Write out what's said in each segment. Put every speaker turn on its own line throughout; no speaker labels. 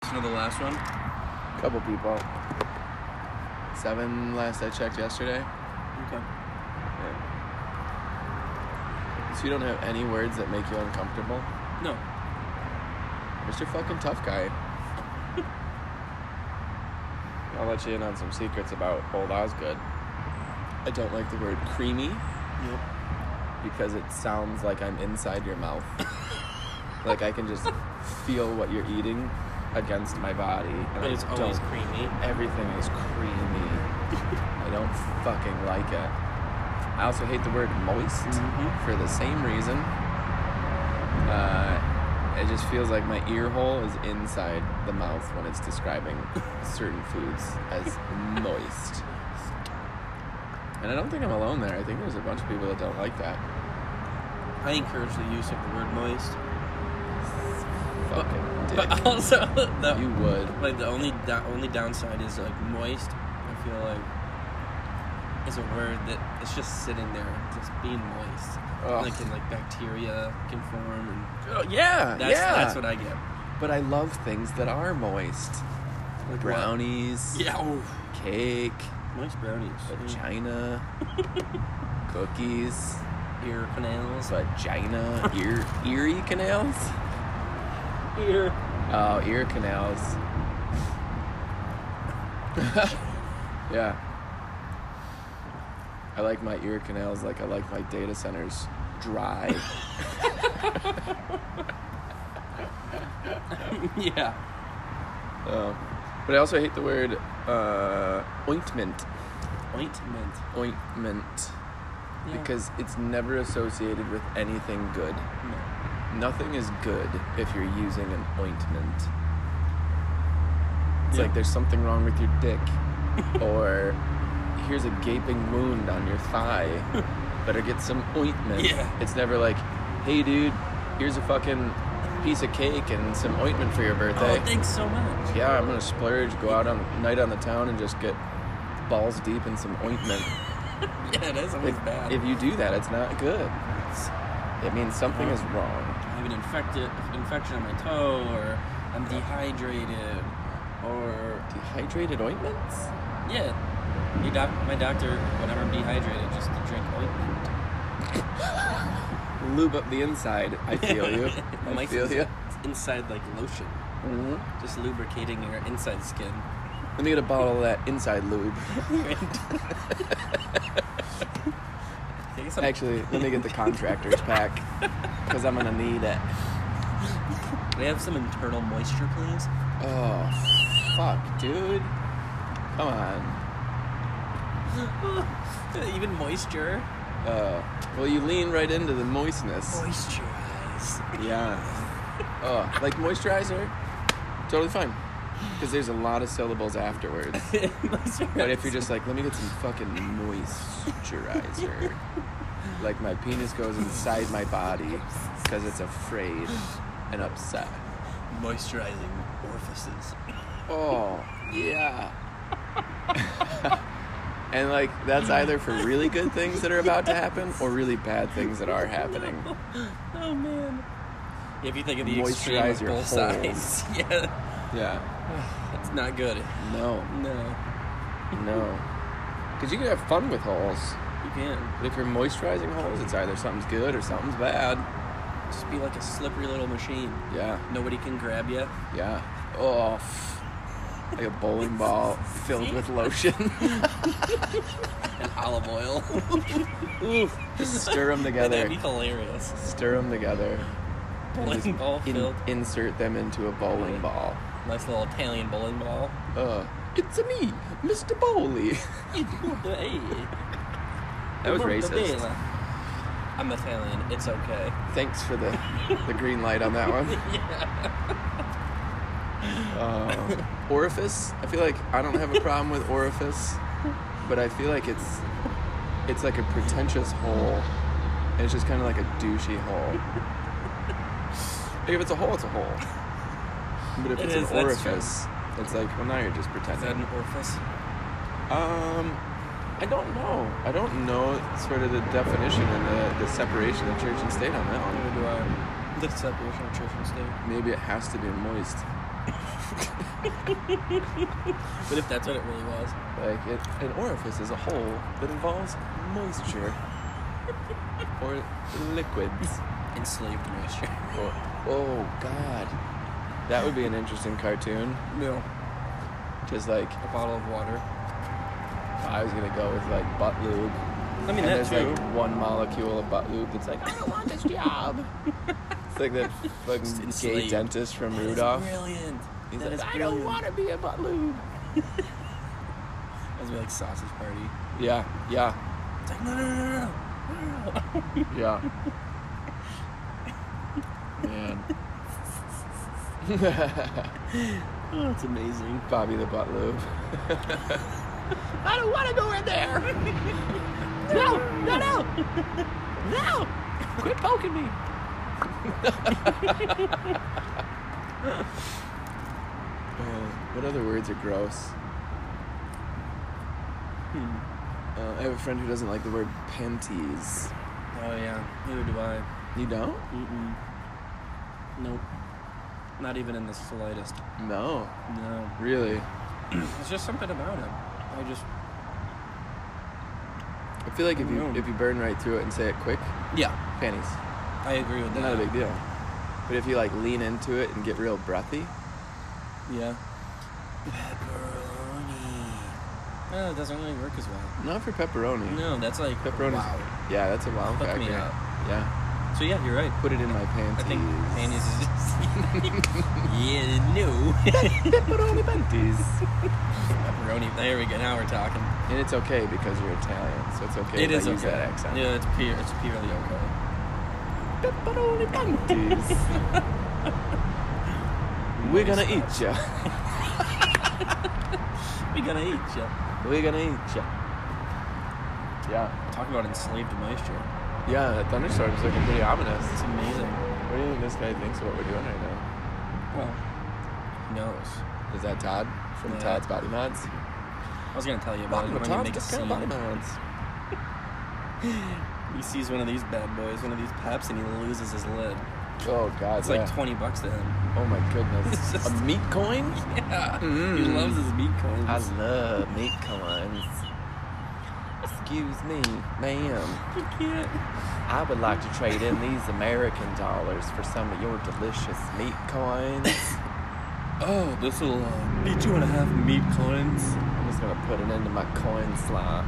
the last one?
Couple people. Seven last I checked yesterday.
Okay.
Yeah. So you don't have any words that make you uncomfortable?
No.
Mr. Fucking Tough Guy. I'll let you in on some secrets about Old Osgood. I don't like the word creamy
Yep.
because it sounds like I'm inside your mouth. like I can just feel what you're eating against my body. And
But
I
it's always
don't-
creamy.
Everything is creamy. I don't fucking like it. I also hate the word moist
Mhm.
for the same reason. Uh, it just feels like my ear hole is inside the mouth when it's describing certain foods as moist. And I don't think I'm alone there. I think there's a bunch of people that don't like that.
I encourage the use of the word moist.
Fucking dick.
But also, the,
you would.
like the only da- only downside is like moist. I feel like it's a word that it's just sitting there, just being moist.
Ugh.
Like and like bacteria can form, and
Oh, yeah,
that's
yeah.
that's what I get.
but I love things that are moist.
Like
Brownies,
what? Yeah. Oh,
cake,
moist brownies. Mm.
vagina, cookies,
Ear canals.
vagina, ear, eerie canals.
ear.
Oh, ear canals. yeah. I like my ear canals like I like my data centers dry.
yeah.
oh. But I also hate the word uh, ointment.
Ointment.
Ointment.
Yeah.
Because it's never associated with anything good.
No.
Nothing is good if you're using an ointment. It's
Yeah.
like there's something wrong with your dick, or here's a gaping wound on your thigh. Better get some ointment.
Yeah.
It's never like, hey dude, here's a fucking piece of cake and some ointment for your birthday.
Oh, thanks so much.
yeah, I'm gonna splurge, go out on night on the town, and just get balls deep in some ointment.
Yeah, it is always
if,
bad.
if you do that, it's not good.
It's-
It means something is wrong.
I have an infected infection on my toe, or I'm dehydrated, or
Dehydrated ointments?
yeah, my, doc- my doctor, whenever I'm dehydrated, just to drink ointment.
Lube up the inside. I feel you. I
Mike's
feel
is-
you.
it's inside like lotion,
hmm
just lubricating your inside skin.
Let me get a bottle of that inside lube.
Take some-
Actually, let me get the contractor's pack because I'm gonna need it.
Can I have some internal moisture, please.
Oh, fuck, dude. Come on.
Even moisture.
Uh, well, you lean right into the
Oh,
moistness.
Moisturize.
Yeah. Oh, like moisturizer, totally fine. Because there's a lot of syllables afterwards.
moisturize.
But if you're just like, let me get some fucking moisturizer. like my penis goes inside my body because it's afraid and upset.
moisturizing orifices.
Oh, yeah. and like that's either for really good things that are about to happen or really bad things that are happening.
Oh man. If you think of the extreme
Moisturize
of
your
both
holes.
sides, yeah,
Yeah.
that's not good.
No,
No,
no. Because you can have fun with holes.
you can't.
But if you're moisturizing holes, it's either something's good or something's bad.
Just be like a slippery little machine.
Yeah.
Nobody can grab you.
Yeah. Oh, f- like a bowling ball filled with lotion.
And olive oil.
Oof. Just stir them
That'd
together.
be hilarious.
Stir them together. and
Bowling
just
ball
in-
filled.
insert them into a bowling ball.
Nice little Italian bowling ball.
Uh, it's a me, Mr. Bowley.
hey.
That was racist.
I'm Italian. It's okay.
Thanks for the, the green light on that one. Uh, orifice. I feel like I don't have a problem with orifice, but I feel like it's it's like a pretentious hole, and it's just kind of like a douchey hole. Like, if it's a hole, it's a hole. But if
It
it's
is,
an
that's true.
orifice, it's like well now you're just
Is that an
pretending.
orifice?
Um, I don't know. I don't know sort of the definition and the, the separation of church and state on that one.
Or do I? The separation of church and state.
Maybe it has to be moist.
But if that's what it really was,
Like it, an orifice is a hole that involves moisture or liquids.
enslaved moisture.
Or, oh God, that would be an interesting cartoon.
No.
Just like
A bottle of water.
I was gonna go with like butt lube.
I mean,
and
that
there's
too.
like one molecule of butt lube that's like I don't want this job. it's like that
Just
fucking gay
enslaved.
dentist from Rudolph.
Brilliant.
He's
That
like,
is
I don't
brilliant."
want to be a butt lube.
That was like sausage party.
Yeah, yeah,
It's like no, no, no, no, no, no, no.
Yeah. Man.
Oh, it's amazing.
Bobby the butt lube.
I don't want to go in there. no, no, no, no! Quit poking me.
what other words are gross?
Hmm.
Uh, I have a friend who doesn't like the word panties.
Oh yeah, neither do I.
You don't?
Mm-mm. Nope. Not even in the slightest.
No.
No.
Really?
It's just something about him. I just.
I feel like if you
No.
if you burn right through it and say it quick,
Yeah,
panties.
I agree with that.
They're not a big deal. But if you like lean into it and get real breathy,
Yeah. Pepperoni. No, it doesn't really work as well.
not for pepperoni.
No, that's like
Pepperoni's
Wow.
Yeah, that's a wild
Fuck
factor.
me up.
Yeah.
So yeah, you're right.
Put it in my
I
panties.
think panties is just. yeah, no.
pepperoni panties.
Pepperoni. There we go. Now we're talking.
And it's okay because you're Italian, so it's okay.
it
if
is
I
okay.
use that accent.
Yeah, it's pure. It's purely okay.
Pepperoni panties. We're gonna eat ya.
We're gonna eat you.
We're gonna eat ya. Yeah.
Talk about enslaved moisture.
Yeah, that thunderstorm is looking pretty ominous.
It's amazing.
What do you think this guy thinks of what we're doing right now?
Well, who knows?
Is that Todd from
Yeah.
Todd's Body Mods?
I was gonna tell you about it.
Welcome
but
to
I'm gonna
Todd's
make a
Discount Body
scene.
Mods.
He sees one of these bad boys, one of these peps, and he loses his lid.
Oh God,
It's
yeah.
like twenty bucks to him.
Oh my goodness.
It's just-
a meat coin?
Yeah, he
Mm.
loves his meat cones.
I love meat coins. Excuse me, ma'am.
You can't.
I would like to trade in these American dollars for some of your delicious meat coins.
Oh, this will uh, be two and a half meat coins.
I'm just gonna put it into my coin slot.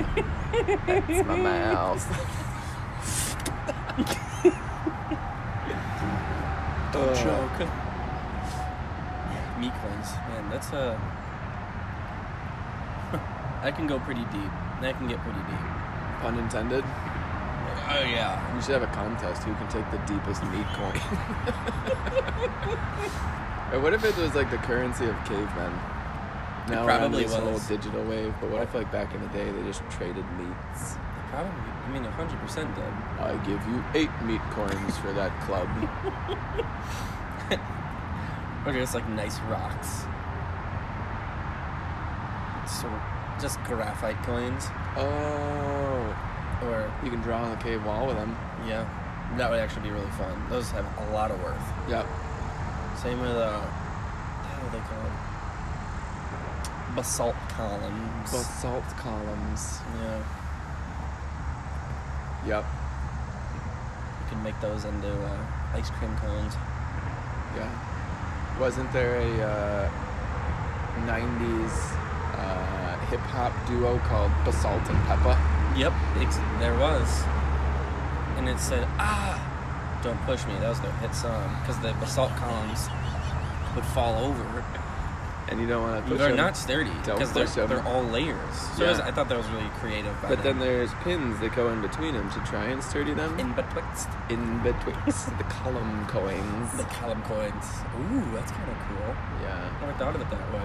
That's my mouth.
Don't
Uh.
choke. Oh. Meat coins, man. That's a. I can go pretty deep. That can get pretty deep.
Pun intended.
Oh yeah.
We should have a contest who can take the deepest meat coin. or what if it was like the currency of cavemen? Now we're on
probably
this whole
was.
digital wave, but what if like back in the day they just traded meats?
Probably. I mean, hundred percent did.
I give you eight meat coins for that club.
Or just like nice rocks. So just graphite coins.
oh,
Or
you can draw on the cave wall with them.
yeah. That would actually be really fun. Those have a lot of worth.
Yep.
Same with uh how are they called? Basalt columns.
Basalt columns.
yeah.
Yep.
You can make those into uh, ice cream cones.
Yeah. Wasn't there a uh, 90s uh, hip hop duo called Basalt and Peppa?
Yep, ex- there was. And it said, ah, don't push me. That was their hit song. Because the basalt columns would fall over.
And you don't want to push
they're
them.
not sturdy.
Don't
Because they're,
push 'em.
they're all layers. So it
Yeah.
was- I thought that was really creative. By
But then
them.
there's pins that go in between them to try and sturdy them.
In betwixt
in betwixt the column coins.
the column coins. Ooh, that's kind of cool.
Yeah.
Never thought of it that way.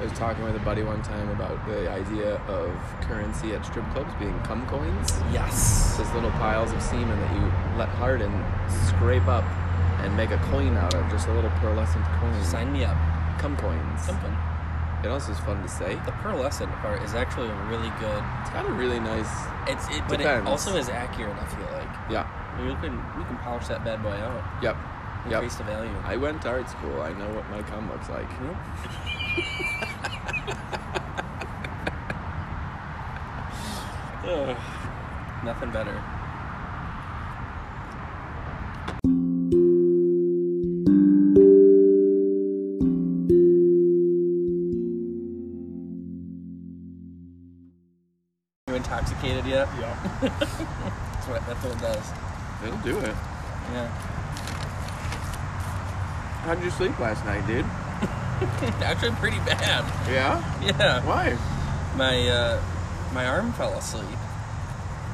I was talking with a buddy one time about the idea of currency at strip clubs being cum coins. It's
Yes.
just little piles of semen that you let harden, scrape up, and make a coin out of. Just a little pearlescent coin.
Sign me up.
cum coins.
Something.
It also is fun to say.
The pearlescent part is actually a really good.
It's got a really nice.
It's it, but it
Depends.
also is accurate. I feel like
Yeah.
we can we can polish that bad boy out.
Yep. Yep.
Increase the value.
I went to art school. I know what my cum looks like.
Nope. Ugh, Nothing better. You intoxicated yet?
Yeah.
That's what, that's what it does.
It'll do it.
Yeah.
How'd you sleep last night, dude?
Actually, pretty bad.
Yeah?
Yeah.
Why?
My uh, my arm fell asleep.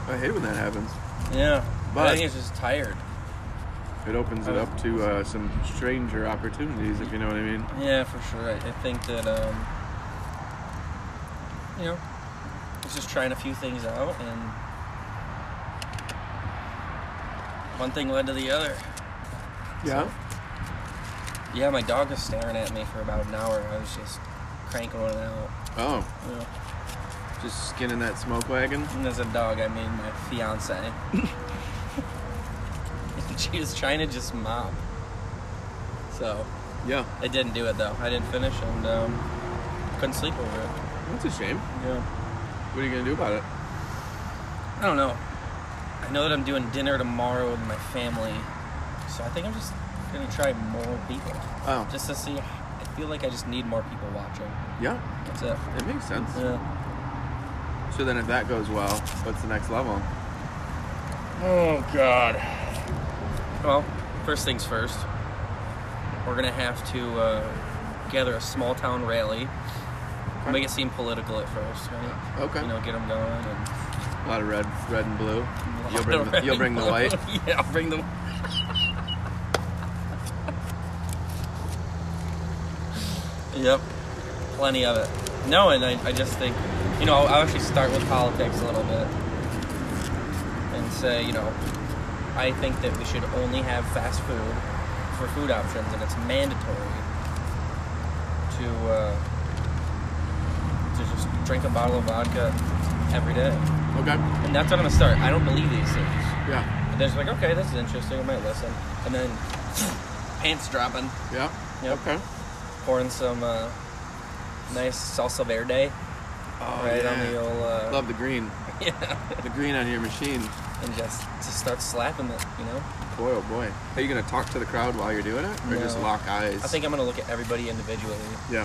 I hate when that happens.
Yeah.
But-
I think it's just tired.
It opens it up to uh, some stranger opportunities, if you know what I mean.
Yeah, for sure. I, I think that um, you know, I was just trying a few things out, and one thing led to the other.
Yeah?
Yeah, my dog was staring at me for about an hour. I was just cranking it out.
Oh,
You know.
just skinning that smoke wagon?
And as a dog, I mean my fiance. she was trying to just mop. So
Yeah.
I didn't do it though. I didn't finish, and um, couldn't sleep over it.
That's a shame.
Yeah.
What are you going to do about it?
I don't know. I know that I'm doing dinner tomorrow with my family, so I think I'm just gonna try more people,
Oh.
just to see. I feel like I just need more people watching.
yeah,
That's it.
it makes sense.
Yeah.
So then if that goes well, what's the next level?
Oh God. Well, first things first. We're gonna have to uh, gather a small town rally. Make it seem political at first, right?
Okay.
You know, get them going. And
a lot of red, red and blue. You'll bring the, you'll bring the white.
yeah, I'll bring the. yep, plenty of it. No, and I, I just think, you know, I'll actually start with politics a little bit and say, you know, I think that we should only have fast food for food options, and it's mandatory to uh, to just drink a bottle of vodka every day.
Okay.
And that's what I'm gonna start. I don't believe these things.
Yeah.
And they're just like, okay, this is interesting. I might listen. And then pants dropping,
Yeah.
Yep.
Okay.
pouring some uh, nice salsa verde
Oh,
right on
yeah.
the old uh,
Love the green.
yeah,
The green on your machine.
and just just start slapping it. You know,
Boy, oh boy. Are you gonna talk to the crowd while you're doing it, or just
No.
lock eyes?
I think I'm gonna look at everybody individually.
Yeah.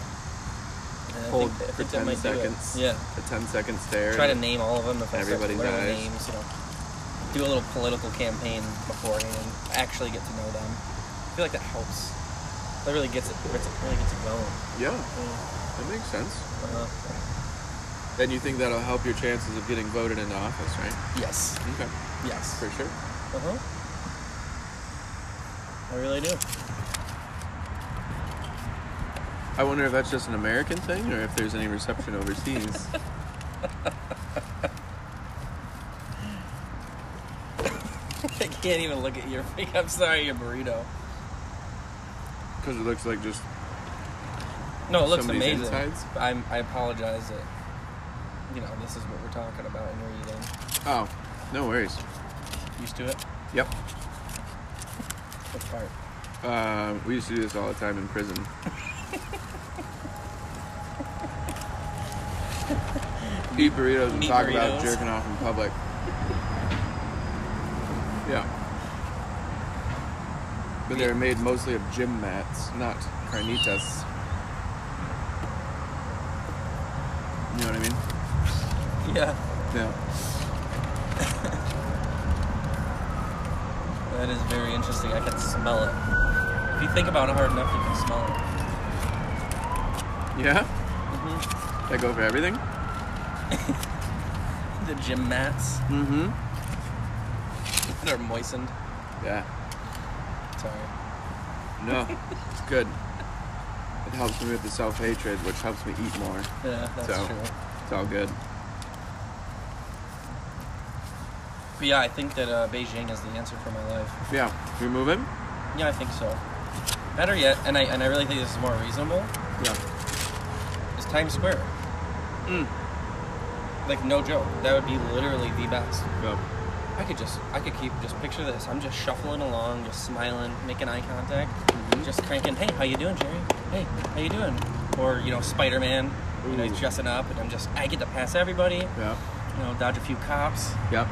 And I
Hold
think that- I think that
for 10
might do it.
seconds.
Yeah,
A 10 second stare.
try to name all of them. If I start-
Everybody
what are their
dies.
names, you know, do a little political campaign beforehand. Actually get to know them. I feel like that helps. That really gets it. gets it- Really gets it going.
Yeah,
Yeah.
that makes sense.
Uh,
And you think that'll help your chances of getting voted into office, right?
yes.
Okay.
Yes.
For sure.
Uh
Uh-huh.
huh. I really do.
I wonder if that's just an American thing, or if there's any reception overseas.
I can't even look at your face. I'm sorry, your burrito.
Because it looks like just
No, it looks
Somebody's
amazing.
insides?
I'm. I apologize that. You know, this is what we're talking about and we're eating.
oh, no worries.
Used to it.
Yep.
Which part?
Uh, we used to do this all the time in prison. Eat burritos and
Meat
talk about
burritos.
jerking off in public. Yeah. But they're made mostly of gym mats, not carnitas. You know what I mean?
Yeah,
Yeah.
that is very interesting. I can smell it. If you think about it hard enough, you can smell it.
Yeah? They go for everything?
The gym mats
Mm-hmm.
that are moistened.
Yeah.
Sorry.
No, it's good. It helps me with the self hatred, which helps me eat more.
Yeah, that's
So-
true.
It's all good.
But yeah, I think that uh, Beijing is the answer for my life.
Yeah, we moving?
Yeah, I think so. Better yet, and I and I really think this is more reasonable.
Yeah.
is Times Square.
Mm.
Like no joke, that would be literally the best.
Yep.
I could just, I could keep, just picture this. I'm just shuffling along, just smiling, making eye contact,
Mhm.
just cranking. Hey, how you doing, Jerry? Hey, how you doing? Or you know, Spider Man. You know,
Ooh.
he's dressing up, and I'm just, I get to pass everybody. You
Yep.
know, dodge a few cops.
Yep.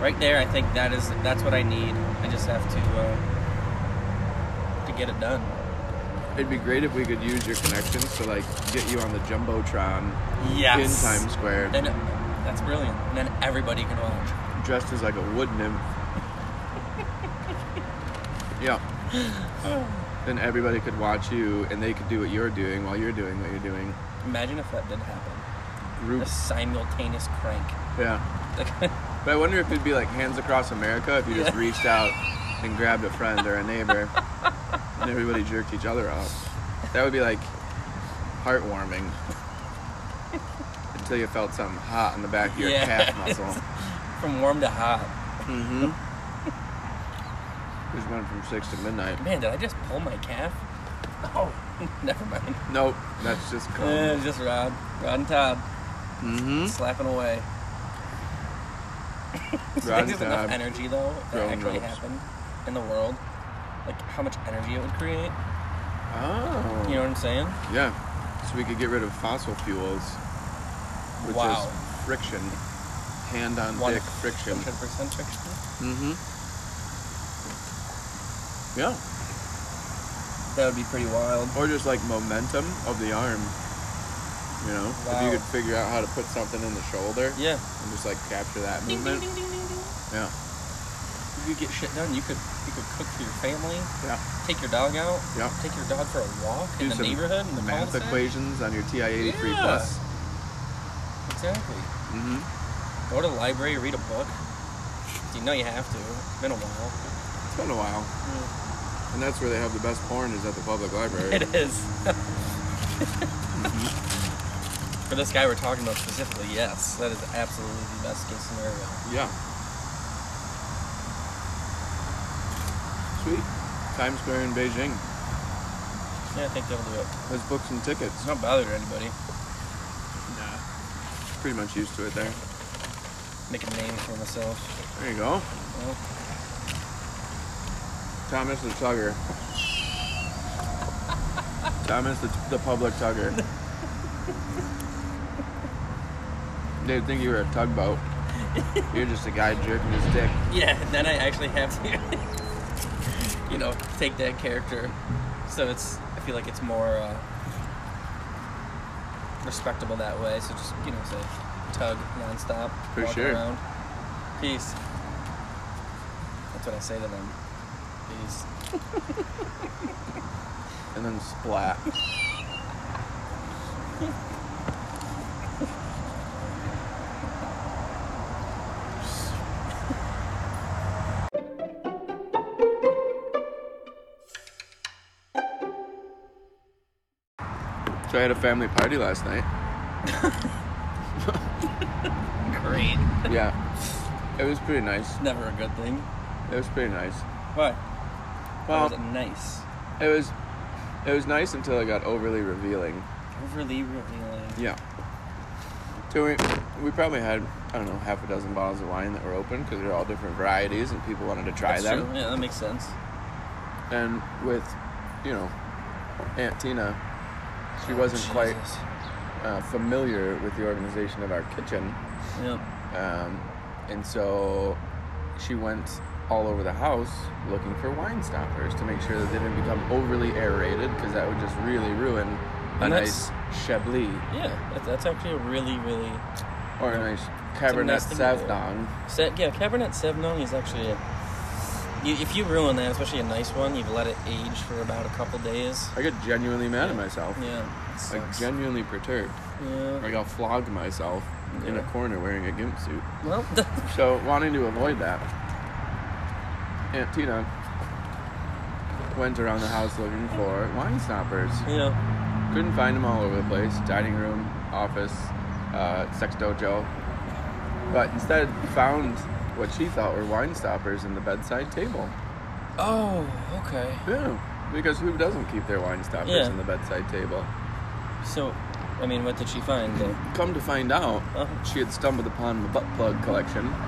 Right there, I think that is, that's what I need. I just have to, uh, to get it done.
It'd be great if we could use your connections to like get you on the jumbotron
Yes.
in Times Square,
Then, that's brilliant. And then everybody can watch.
dressed as like a wood nymph. yeah. Then everybody could watch you, and they could do what you're doing while you're doing what you're doing.
Imagine if that did happen. The
Groups.
simultaneous crank.
Yeah.
Like,
But I wonder if it'd be like Hands Across America if you just
Yeah.
reached out and grabbed a friend or a neighbor, and everybody jerked each other off. That would be like heartwarming. Until you felt something hot in the back of your
Yeah.
calf muscle.
from warm to hot.
Mm-hmm. There's one from six to midnight.
Man, did I just pull my calf? Oh, never mind.
Nope, that's just cum.
Eh, it's just Rod. Rod and Todd
Mm-hmm.
slapping away. Do you
Rod
think
and
there's enough
Todd.
energy though if that
Grown
actually
ropes.
happened in the world. Like how much energy it would create.
Oh.
You know what I'm saying?
Yeah. So we could get rid of fossil fuels, which
Wow.
is friction, hand-on
One
dick friction.
Hundred percent fiction.
Mm-hmm. Yeah.
That would be pretty wild.
Or just like momentum of the arm. You know, if you
Wow.
could figure out how to put something in the shoulder
Yeah.
and just like capture that
Ding, ding, ding,
movement.
ding, ding, ding.
Yeah.
You could get shit done. You could you could cook for your family.
Yeah.
Take your dog out.
Yeah.
Take your dog for a walk in
Do
the
some
neighborhood in the
math
cul-de-sac.
equations on your TI 83
Yeah.
plus.
Exactly.
Mm-hmm.
Go to the library, read a book. You know you have to. It's been a while.
It's been a while, and that's where they have the best porn is at the public library.
It is.
Mm-hmm.
For this guy we're talking about specifically, yes, that is absolutely the best case scenario.
Yeah. Sweet. Times Square in Beijing.
Yeah, I think that'll do it.
Let's book some tickets.
It's not bothering anybody.
Nah. Pretty much used to it there.
Make a name for myself.
There you go.
Well,
Thomas the Tugger. Thomas the, the public tugger. They'd think you were a tugboat. You're just a guy jerking his dick.
yeah, then I actually have to, you know, take that character. So it's, I feel like it's more uh, respectable that way. So just, you know, say tug nonstop.
For
walk
sure.
Around. Peace. That's what I say to them. Peace.
and then splat. So I had a family party last night.
Great.
Yeah. It was pretty nice.
Never a good thing.
It was pretty nice.
Why? Why was
Well,
it nice?
it was it was nice until it got overly revealing.
Overly revealing.
Yeah. So we, we probably had, I don't know, half a dozen bottles of wine that were open because they're all different varieties and people wanted to try
That's
them.
true. Yeah, that makes sense.
And with, you know, Aunt Tina, she wasn't quite
Oh, Jesus.
uh, familiar with the organization of our kitchen.
Yep.
Um, and so she went all over the house looking for wine stoppers to make sure that they didn't become overly aerated because that would just really ruin a
And
nice
that's-
Chablis
Yeah, that, that's actually a really, really
or a nice
a
Cabernet
nice thing to do.
Sauvignon.
Se- yeah, Cabernet Sauvignon is actually a. You, if you ruin that, especially a nice one, you've let it age for about a couple days.
I get genuinely mad at
Yeah.
myself.
Yeah. it
Like
sucks.
genuinely perturbed.
yeah.
Like I'll flog myself in a
Yeah.
corner wearing a gimp suit.
Well,
So wanting to avoid that, Aunt Tina went around the house looking for wine stoppers.
yeah.
Couldn't find them all over the place. Dining room, office, uh, sex dojo. But instead found what she thought were wine stoppers in the bedside table.
Oh, okay.
Yeah. Because who doesn't keep their wine stoppers
Yeah.
in the bedside table?
So, I mean, what did she find? though?
Come to find out,
Oh,
She had stumbled upon my butt plug collection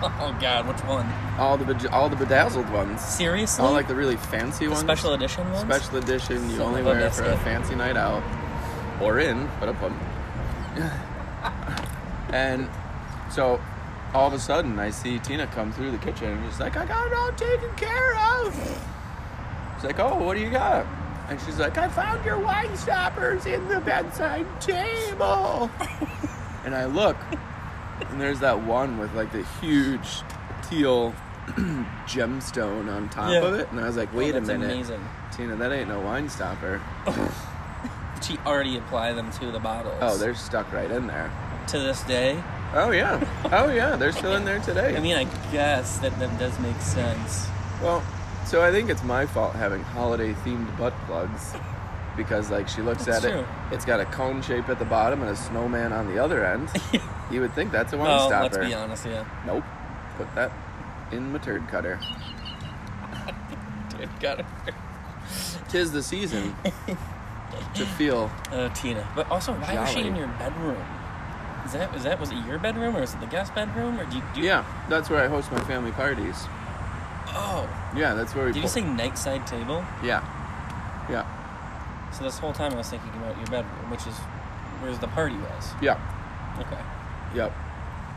Oh God, which one?
All the bej- all the bedazzled ones.
Seriously?
All like the really fancy
the
ones.
special edition ones?
Special edition. You
Son
only
of a
wear it for a
biscuit.
fancy night out, or in, but up on. and so, all of a sudden, I see Tina come through the kitchen and she's like, "I got it all taken care of." She's like, "Oh, what do you got?" And she's like, "I found your wine stoppers in the bedside table." and I look, and there's that one with like the huge teal gemstone on top
Yeah.
of it, and I was like,
Oh,
"Wait a
that's
minute."
Amazing.
Tina, that ain't no wine stopper.
She already applied them to the bottles.
Oh, they're stuck right in there.
to this day.
Oh yeah. Oh yeah, they're still in there today.
I mean, I guess that that does make sense.
well, so I think it's my fault having holiday themed butt plugs because like she looks
That's
at
true.
it, it's got a cone shape at the bottom and a snowman on the other end. you would think that's a wine
well,
stopper.
let's be honest, yeah.
Nope. Put that in my turd cutter.
Dude, got it.
Tis the season to feel
Uh, Tina. But also, why was she
Jolly.
in your bedroom? Is that was that was it your bedroom or was it the guest bedroom or do you, do you-
Yeah, that's where I host my family parties.
Oh,
Yeah, that's where we
did you
pull-
say night side table?
Yeah. Yeah.
So this whole time I was thinking about your bedroom, which is where the party was.
Yeah.
Okay.
Yep.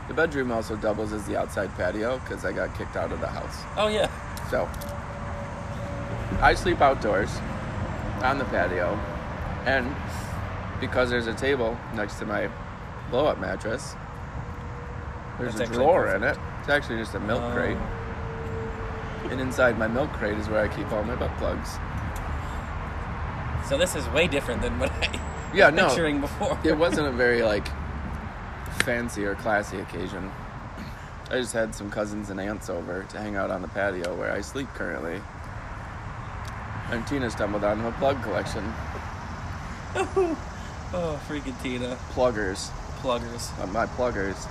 The bedroom also doubles as the outside patio because I got kicked out of the house.
Oh yeah.
So I sleep outdoors on the patio. And because there's a table next to my blow up mattress, there's
That's
a
actually
drawer in it. It's actually just a milk crate.
Um,
And inside my milk crate is where I keep all my butt plugs.
so this is way different than what I
Yeah,
was
no.
picturing before.
It wasn't a very like fancy or classy occasion. I just had some cousins and aunts over to hang out on the patio where I sleep currently. And Tina stumbled on a plug collection.
Oh, freaking Tina.
Pluggers.
Pluggers.
Uh, my pluggers.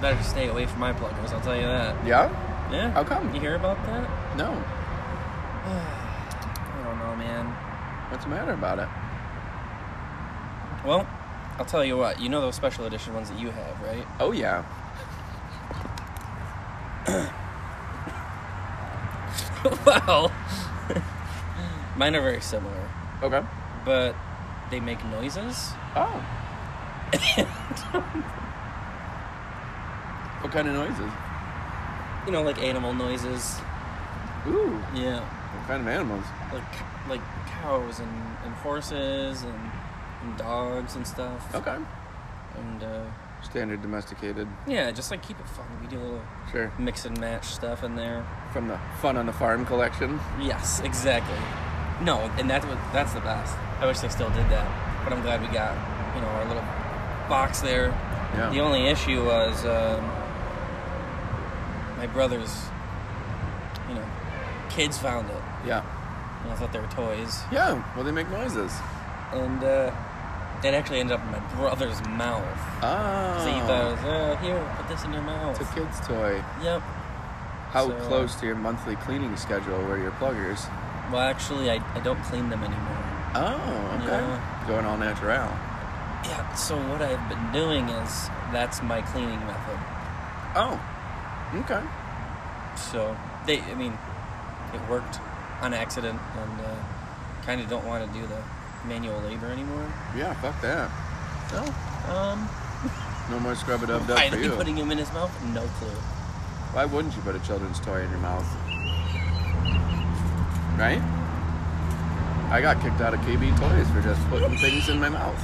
Better stay away from my pluggers, I'll tell you that.
Yeah?
Yeah.
How come?
You hear about that?
No.
I don't know, man.
What's the matter about it?
Well, I'll tell you what. You know those special edition ones that you have, right?
Oh yeah.
well, mine are very similar,
Okay.
but they make noises.
Oh. What kind of noises?
You know, like animal noises.
Ooh.
Yeah,
What kind of animals?
like like cows and, and horses and, and dogs and stuff.
Okay.
And uh,
Standard domesticated.
yeah, just like keep it fun. We do a little
Sure.
mix and match stuff in there.
From the Fun on the Farm collection.
Yes, exactly. No, and that's what that's the best. I wish they still did that, but I'm glad we got you know our little box there.
Yeah.
The only issue was um, my brother's, you know, kids found it.
Yeah.
And I thought they were toys,
Yeah. Well, they make noises.
and uh, it actually ended up in my brother's mouth.
Oh.
'Cause he thought, it was, oh, here, put this in your mouth.
It's a kid's toy.
Yep.
How
So-
close to your monthly cleaning schedule were your pluggers?
Well, actually, I, I don't clean them anymore.
Oh, okay.
Yeah.
Going all natural.
Yeah, so what I've been doing is that's my cleaning method.
Oh. Okay.
So they, I mean, it worked on accident, and uh, kind of don't want to do the manual labor anymore.
Yeah. Fuck that. No.
Um,
No more scrub it up
why
dub
are
for
they
you.
putting him in his mouth? No clue.
Why wouldn't you put a children's toy in your mouth? Right? I got kicked out of KB Toys for just putting things in my mouth.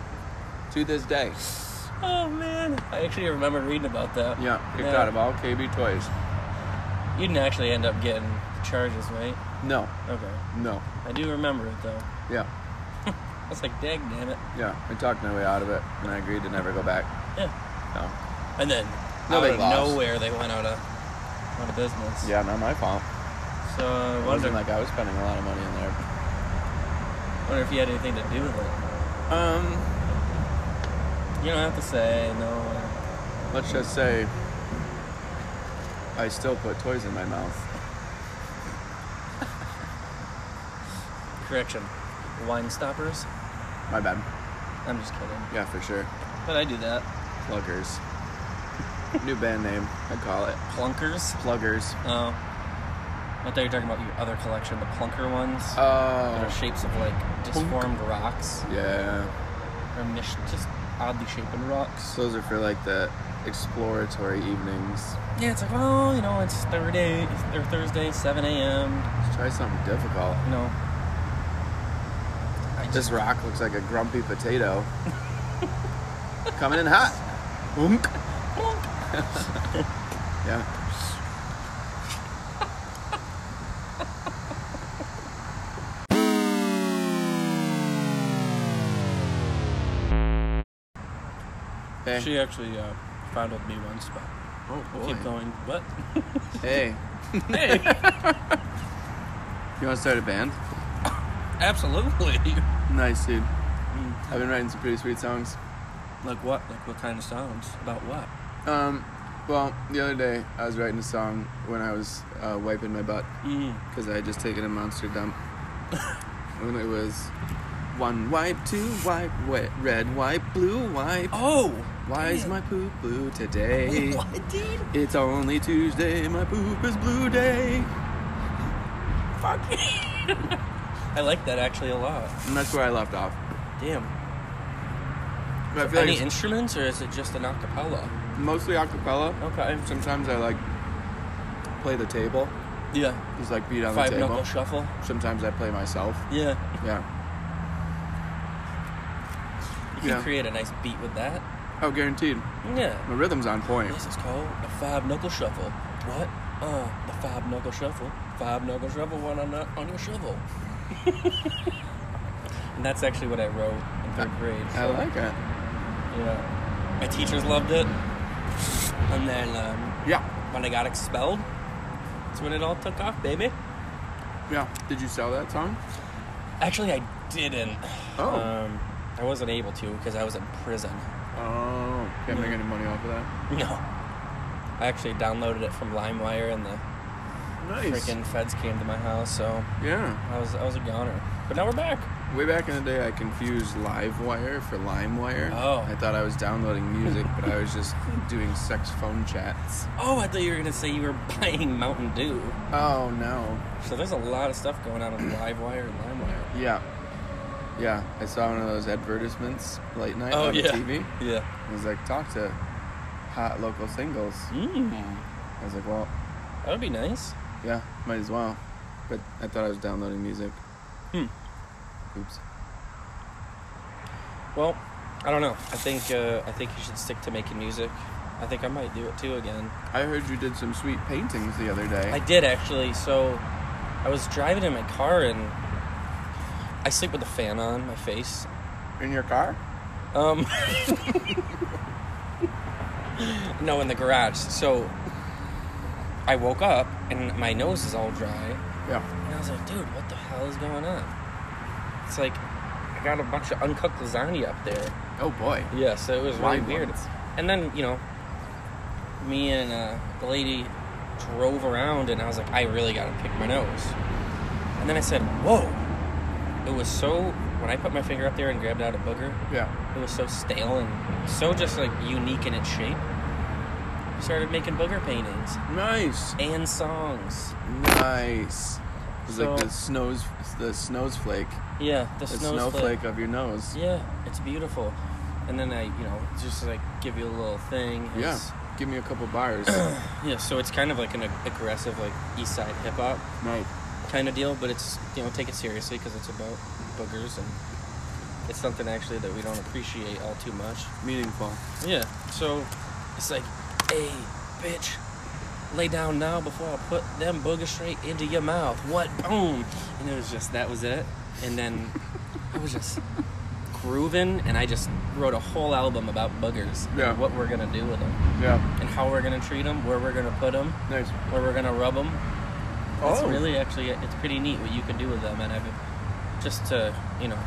to this day.
Oh man, I actually remember reading about that.
Yeah, kicked out of all KB Toys.
You didn't actually end up getting the charges, right?
No,
Okay,
no.
I do remember it though.
Yeah,
I was like, dang, damn it.
yeah. I talked my way out of it, and I agreed to never go back.
Yeah.
No.
And then
No,
out
they
of
lost.
nowhere, they went out of out of business.
Yeah, not my fault.
So I
It
wonder,
wasn't like I was spending a lot of money in there.
wonder if you had anything to do with it.
Um,
You don't have to say no. uh,
let's just say I still put toys in my mouth.
Correction, wine stoppers.
My bad.
I'm just kidding.
Yeah, for sure.
But I do that.
For Pluggers. New band name, I call it.
Plunkers.
Pluggers.
Oh. I thought you were talking about your other collection, the plunker ones. that are
Oh.
shapes of like disformed rocks
Yeah.
or mis- just oddly shaped rocks.
So those are for like the exploratory evenings.
Yeah, it's like, well, you know, it's Thursday, it's- or Thursday, 7 a.m.
Let's try something difficult.
You know, I
This
just
rock looks like a grumpy potato. Coming in hot. Oonk. yeah. Hey.
she actually uh, fondled me once, but
oh boy.
keep going. What?
Hey,
hey,
you want to start a band?
absolutely. Hmm.
Nice, dude. I've been writing some pretty sweet songs.
Like what? Like what kind of sounds? About what?
Um, well, the other day I was writing a song when I was uh, wiping my butt.
Mm.
because I had just taken a monster dump. and it was one wipe, two wipe, wet, red wipe, blue wipe.
Oh,
Why is
damn.
my poop blue today?
What, dude?
It's only Tuesday, my poop is blue day.
Fuck. I like that actually a lot.
And that's where I left off.
Damn.
But I feel
Any
like it's
instruments or is it just an acapella?
mostly acapella.
Okay.
Sometimes I like play the table,
Yeah.
just like beat on
Five
the table.
knuckle shuffle.
Sometimes I play myself.
Yeah.
Yeah.
You can
Yeah.
create a nice beat with that.
Oh, guaranteed.
Yeah.
My rhythm's on point.
This is called the five knuckle shuffle. What? Uh, the five knuckle shuffle. Five knuckle shuffle. One on the, on your shovel. and that's actually what I wrote in third grade.
I
so,
like it.
Yeah. My teachers loved it. And then um,
Yeah.
when I got expelled, that's when it all took off, baby.
Yeah. Did you sell that song?
Actually, I didn't.
Oh.
Um, I wasn't able to because I was in prison.
Oh, can't make any money off of that.
No. I actually downloaded it from LimeWire and the freaking feds came to my house, so
Yeah.
I was I was a goner. But now we're back.
Way back in the day, I confused LiveWire for LimeWire.
Oh.
I thought I was downloading music, but I was just doing sex phone chats.
Oh, I thought you were gonna say you were buying Mountain Dew.
Oh no.
So there's a lot of stuff going on with LiveWire and LimeWire.
Yeah. Yeah. I saw one of those advertisements late night
Oh
on
yeah.
TV.
Yeah.
It was like, talk to hot local singles.
Mm.
I was like, well,
That would be nice.
yeah, might as well. But I thought I was downloading music.
Hmm.
Oops.
Well, I don't know. I think uh, I think you should stick to making music. I think I might do it too again.
I heard you did some sweet paintings the other day.
I did actually. So I was driving in my car and I sleep with the fan on my face.
in your car?
Um, no, in the garage. So I woke up and my nose is all dry.
Yeah.
And I was like, dude, what the hell is going on? It's like I got a bunch of uncooked lasagna up there.
Oh boy.
Yeah, so it was really
Wide
weird.
ones.
And then, you know, me and uh, the lady drove around, and I was like, I really gotta pick my nose. And then I said, Whoa! It was so, when I put my finger up there and grabbed out a booger,
Yeah.
it was so stale and so just like unique in its shape. I started making booger paintings
Nice.
and songs.
Nice. It's like
So-
the snow's the snow's flake,
Yeah, the,
the
snowflake.
snowflake of your nose.
Yeah, it's beautiful. And then I, you know, just like give you a little thing.
Yeah.
It's-
Give me a couple bars.
Yeah, so it's kind of like an ag- aggressive, like East Side hip hop
nice.
kind of deal, but it's you know take it seriously because it's about boogers and it's something actually that we don't appreciate all too much.
Meaningful.
Yeah, so it's like, hey, bitch, lay down now before I put them boogers straight into your mouth. What? Boom! And it was just that was it, and then I was just grooving, and I just wrote a whole album about boogers. and
Yeah.
what we're gonna do with them,
Yeah.
and how we're gonna treat them, where we're gonna put them
Nice.
where we're gonna rub them.
Oh.
It's really actually it's pretty neat what you can do with them, and I've just to you know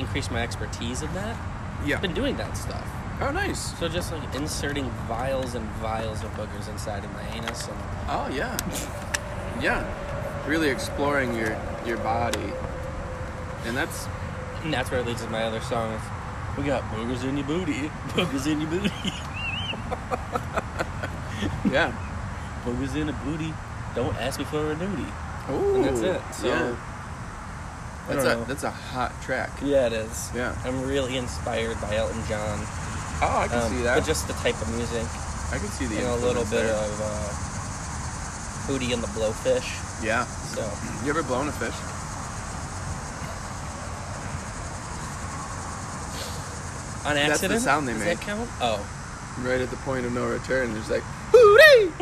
increase my expertise in that.
Yeah.
I've been doing that stuff.
Oh, nice.
So just like inserting vials and vials of boogers inside of my anus, and
Oh yeah. Yeah. Really exploring your your body, and that's Mm.
and that's where it leads to my other song. It's, we got boogers in your booty, boogers in your booty.
Yeah.
What was in a booty? Don't ask me for a nudie.
Ooh.
And that's it. So
yeah.
I
That's
don't
a
know.
that's a hot track.
yeah, it is.
Yeah.
I'm really inspired by Elton John.
Oh, I can
Um,
see that.
But just the type of music
I can see the
and a little
influence
bit
there.
of uh, Hootie and the Blowfish.
Yeah.
So
You ever blown a fish?
on accident.
That's the sound they
does
make.
That count? Oh,
Right at the point of no return, there's like
Hootie!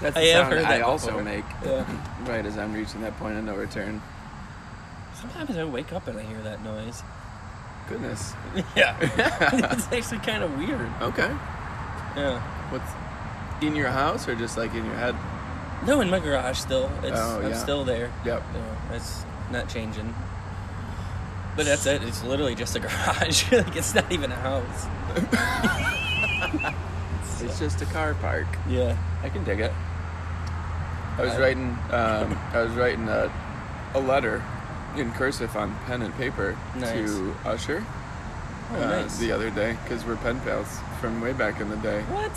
that's
I
the
have
sound
heard
I
that
also
before.
make
Yeah.
right as I'm reaching that point of no return.
Sometimes I wake up and I hear that noise.
Goodness.
Yeah. it's actually kind of weird.
okay.
Yeah.
What's in your house or just like in your head?
No, in my garage still. It's
Oh,
I'm
yeah.
still there.
Yep.
Yeah, it's not changing. But that's it. It's literally just a garage. like it's not even a house.
It's just a car park.
Yeah.
I can dig it. I was
I-
writing, um, I was writing a, a letter in cursive on pen and paper
Nice.
to Usher
Oh,
uh,
nice.
the other day because we're pen pals from way back in the day.
What?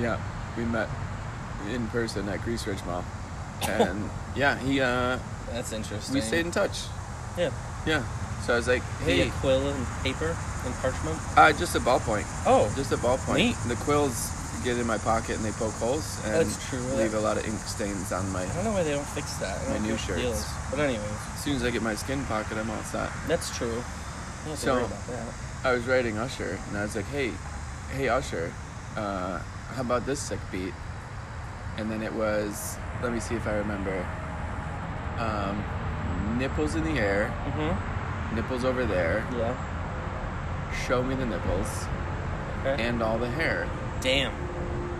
Yeah, we met in person at Grease Ridge Mall, and yeah, he uh,
That's interesting.
we stayed in touch.
Yeah.
Yeah, so I was like,
Hey.
hey,
quill and paper and parchment.
uh, just a ballpoint.
Oh.
Just a ballpoint.
Neat.
The quills get in my pocket and they poke holes and
That's true.
leave a lot of ink stains on my.
I don't know why they don't fix that. I don't
My new
know what the deal
shirts.
is. But anyways,
As soon as I get my skin pocket, I'm all set.
that's true. You don't have to
So-
worry about that.
I was writing Usher and I was like, hey, hey Usher, uh, how about this sick beat? And then it was, let me see if I remember. Um, nipples in the air,
Mm-hmm.
nipples over there,
Yeah.
show me the nipples,
Okay.
and all the hair.
Damn.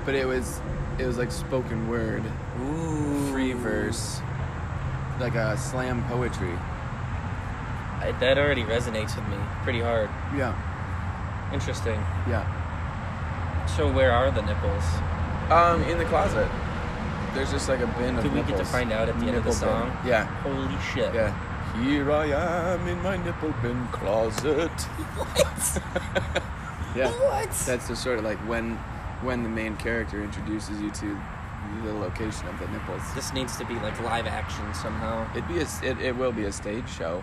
But it was, it was like spoken word,
Ooh.
free verse, like a slam poetry.
I, that already resonates with me pretty hard.
Yeah,
Interesting.
yeah.
So where are the nipples?
Um, in the closet. There's just like a bin of
Did we get to
nipples.
find out at the end of the
Nipple bin.
song?
Yeah,
Holy shit.
yeah. Here I am in my nipple bin closet.
What?
Yeah.
What?
That's the sort of like when when the main character introduces you to the location of the nipples.
This needs to be like live action somehow.
It'd be a s it, it will be a stage show,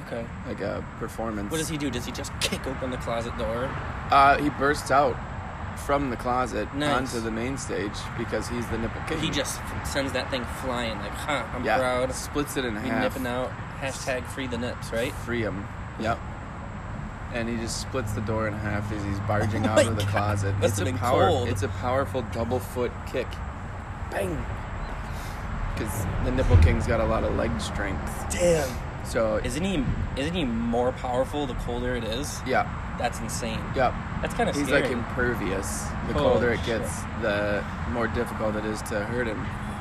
Okay.
like a performance.
What does he do? Does he just kick open the closet door?
Uh, he bursts out from the closet
Nice.
onto the main stage because he's the nipple king.
He just f- sends that thing flying like, huh, I'm
yeah,
proud.
splits it in
We
half.
nipping out. Hashtag free the nips, right?
free him. Yep. And he just splits the door in half as he's barging
Oh
out
my
of the
God.
closet.
Must
It's
have
a
been
power.
cold.
It's a powerful double foot kick
Bang.
because the nipple king's got a lot of leg strength.
Damn.
So
Isn't he isn't he more powerful the colder it is?
yeah,
That's insane.
yeah.
That's kind of
He's
scary.
like impervious. The
Holy
colder it
shit.
gets, the more difficult it is to hurt him.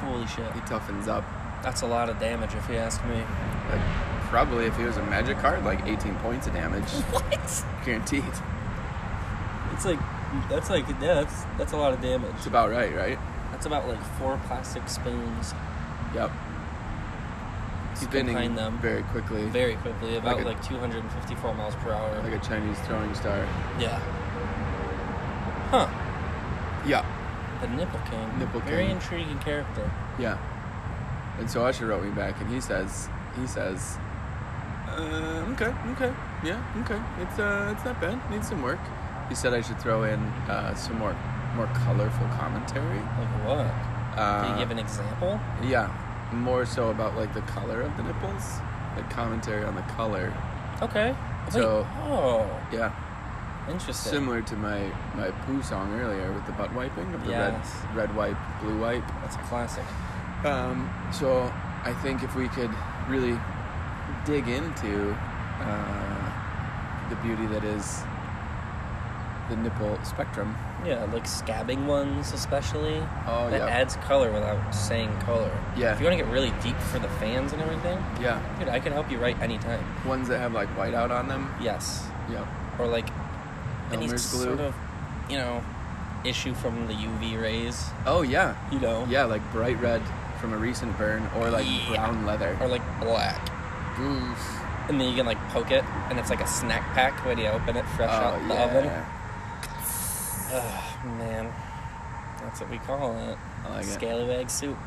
Holy shit.
He toughens up.
That's a lot of damage if you ask me.
Like probably if he was a magic card, like 18 points of damage,
What?
guaranteed.
It's like that's like yeah, that's that's a lot of damage.
It's about right, right?
That's about like four plastic spoons
Yep.
You can
Spinning
find them.
very quickly,
very quickly, about
Like
like,
a-
254 miles per hour.
like a Chinese throwing star.
yeah. Huh.
Yeah.
The Nipple King.
Nipple
Very
King.
intriguing character.
Yeah. And so Usher wrote me back, and he says, he says, uh, okay, okay, yeah, okay, it's uh, it's not bad. Needs some work. He said I should throw in uh, some more, more colorful commentary.
Like what? Can
Uh,
you give an example?
yeah, more so about like the color of the nipples, like commentary on the color.
Okay. Wait,
so-
oh,
Yeah,
interesting.
similar to my my poo song earlier with the butt wiping of the
Yes.
red red wipe, blue wipe.
That's a classic.
Um, so I think if we could really dig into uh, the beauty that is the nipple spectrum.
Yeah, like scabbing ones especially.
Oh
that
yeah,
adds color without saying color.
Yeah.
If you want to get really deep for the fans and everything,
yeah.
dude, I can help you write anytime.
Ones that have like whiteout on them.
Yes.
Yep.
Or like any
Elmer's glue.
sort of, you know, issue from the UV rays.
oh yeah,
You know.
yeah, like bright red from a recent burn, or like
Yeah.
brown leather.
Or like black.
Oof.
And then you can like poke it, and it's like a snack pack when you open it fresh
Oh
out the oven.
yeah.
Ugh, man, that's what we call it.
I like it.
Scallywag soup.